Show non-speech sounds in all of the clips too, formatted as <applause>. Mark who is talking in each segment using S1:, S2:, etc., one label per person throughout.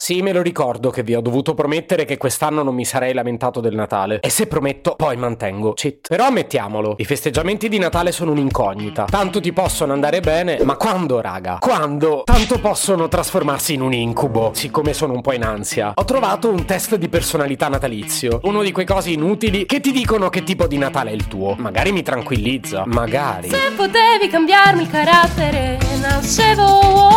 S1: Sì, me lo ricordo che vi ho dovuto promettere che quest'anno non mi sarei lamentato del Natale. E se prometto, poi mantengo. Cheat. Però ammettiamolo, i festeggiamenti di Natale sono un'incognita. Tanto ti possono andare bene, ma quando, raga? Quando? Tanto possono trasformarsi in un incubo, siccome sono un po' in ansia. Ho trovato un test di personalità natalizio, uno di quei cosi inutili che ti dicono che tipo di Natale è il tuo. Magari mi tranquillizza, magari.
S2: Se potevi cambiarmi il carattere, nascevo Ward.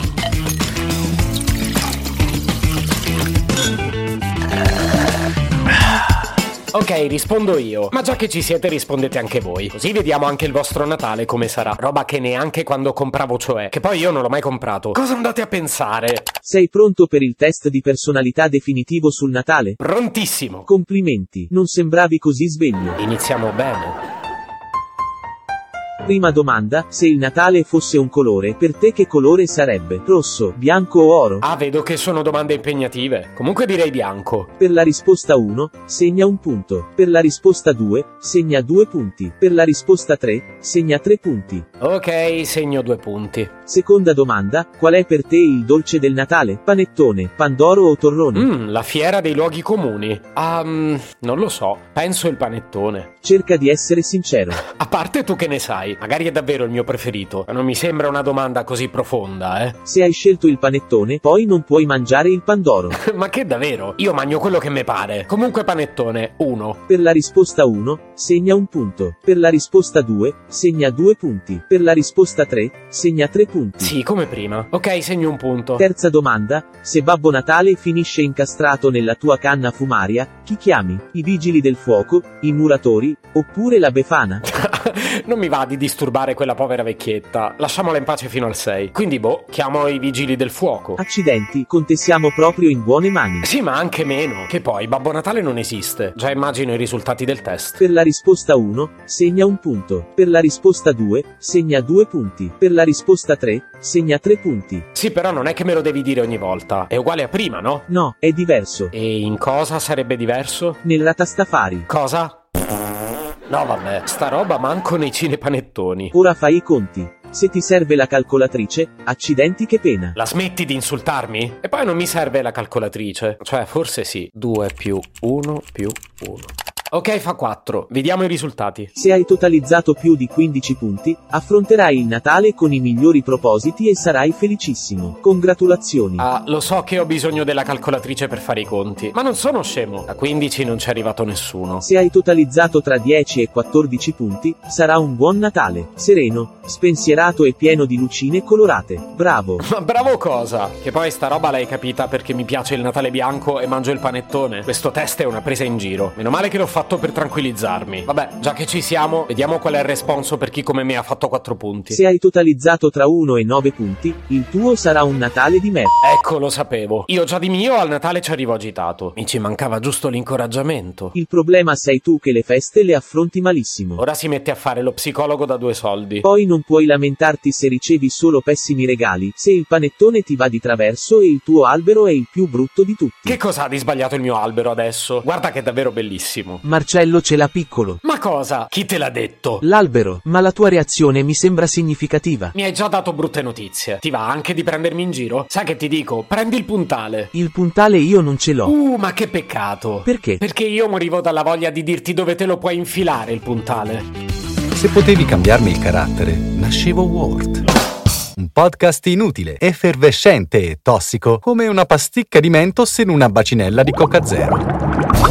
S1: Ok, rispondo io. Ma già che ci siete, rispondete anche voi. Così vediamo anche il vostro Natale come sarà. Roba che neanche quando compravo, cioè. Che poi io non l'ho mai comprato. Cosa andate a pensare?
S3: Sei pronto per il test di personalità definitivo sul Natale?
S1: Prontissimo.
S3: Complimenti, non sembravi così sveglio.
S1: Iniziamo bene.
S3: Prima domanda, se il Natale fosse un colore, per te che colore sarebbe? Rosso, bianco o oro?
S1: Ah, vedo che sono domande impegnative. Comunque direi bianco.
S3: Per la risposta 1, segna un punto. Per la risposta 2, segna due punti. Per la risposta 3, segna tre punti.
S1: Ok, segno due punti.
S3: Seconda domanda, qual è per te il dolce del Natale? Panettone, pandoro o torrone?
S1: Mmm, la fiera dei luoghi comuni. Ah, mm, non lo so. Penso il panettone.
S3: Cerca di essere sincero.
S1: A parte tu che ne sai, magari è davvero il mio preferito. Ma non mi sembra una domanda così profonda, eh.
S3: Se hai scelto il panettone, poi non puoi mangiare il pandoro.
S1: <laughs> Ma che davvero? Io mangio quello che mi pare. Comunque panettone, uno.
S3: Per la risposta 1, segna un punto. Per la risposta 2, segna due punti. Per la risposta 3, segna tre punti.
S1: Sì, come prima. Ok, segno un punto.
S3: Terza domanda, se Babbo Natale finisce incastrato nella tua canna fumaria, chi chiami? I vigili del fuoco, i muratori, oppure la Befana?
S1: <laughs> non mi va di disturbare quella povera vecchietta. Lasciamola in pace fino al 6. Quindi, boh, chiamo i vigili del fuoco.
S3: Ah. Accidenti, con te siamo proprio in buone mani.
S1: Sì, ma anche meno. Che poi Babbo Natale non esiste. Già immagino i risultati del test.
S3: Per la risposta 1, segna un punto. Per la risposta 2, segna due punti. Per la risposta 3, segna tre punti.
S1: Sì, però non è che me lo devi dire ogni volta. È uguale a prima, no?
S3: No, è diverso.
S1: E in cosa sarebbe diverso?
S3: Nella tastafari.
S1: Cosa? No, vabbè, sta roba manco nei cinepanettoni.
S3: Ora fai i conti. Se ti serve la calcolatrice, accidenti che pena.
S1: La smetti di insultarmi? E poi non mi serve la calcolatrice. Cioè, forse sì. 2 più 1 più 1. Ok, fa 4. Vediamo i risultati.
S3: Se hai totalizzato più di 15 punti, affronterai il Natale con i migliori propositi e sarai felicissimo. Congratulazioni.
S1: Ah, lo so che ho bisogno della calcolatrice per fare i conti. Ma non sono scemo. A 15 non c'è arrivato nessuno. <laughs>
S3: Se hai totalizzato tra 10 e 14 punti, sarà un buon Natale, sereno, spensierato e pieno di lucine colorate. Bravo.
S1: Ma bravo cosa? Che poi sta roba l'hai capita perché mi piace il Natale bianco e mangio il panettone. Questo test è una presa in giro. Meno male che l'ho fatto per tranquillizzarmi. Vabbè, già che ci siamo, vediamo qual è il responso per chi come me ha fatto 4 punti.
S3: Se hai totalizzato tra 1 e 9 punti, il tuo sarà un Natale di merda.
S1: Ecco, lo sapevo. Io già di mio al Natale ci arrivo agitato. Mi ci mancava giusto l'incoraggiamento.
S3: Il problema sei tu che le feste le affronti malissimo.
S1: Ora si mette a fare lo psicologo da due soldi.
S3: Poi non puoi lamentarti se ricevi solo pessimi regali, se il panettone ti va di traverso e il tuo albero è il più brutto di tutti.
S1: Che cosa ha di sbagliato il mio albero adesso? Guarda che è davvero bellissimo.
S4: Marcello ce l'ha piccolo.
S1: Ma cosa? Chi te l'ha detto?
S4: L'albero, ma la tua reazione mi sembra significativa.
S1: Mi hai già dato brutte notizie. Ti va anche di prendermi in giro? Sai che ti dico? Prendi il puntale.
S4: Il puntale io non ce l'ho.
S1: Uh, ma che peccato.
S4: Perché?
S1: Perché io morivo dalla voglia di dirti dove te lo puoi infilare il puntale.
S5: Se potevi cambiarmi il carattere, nascevo Ward. Un podcast inutile, effervescente e tossico, come una pasticca di mentos in una bacinella di Coca Zero.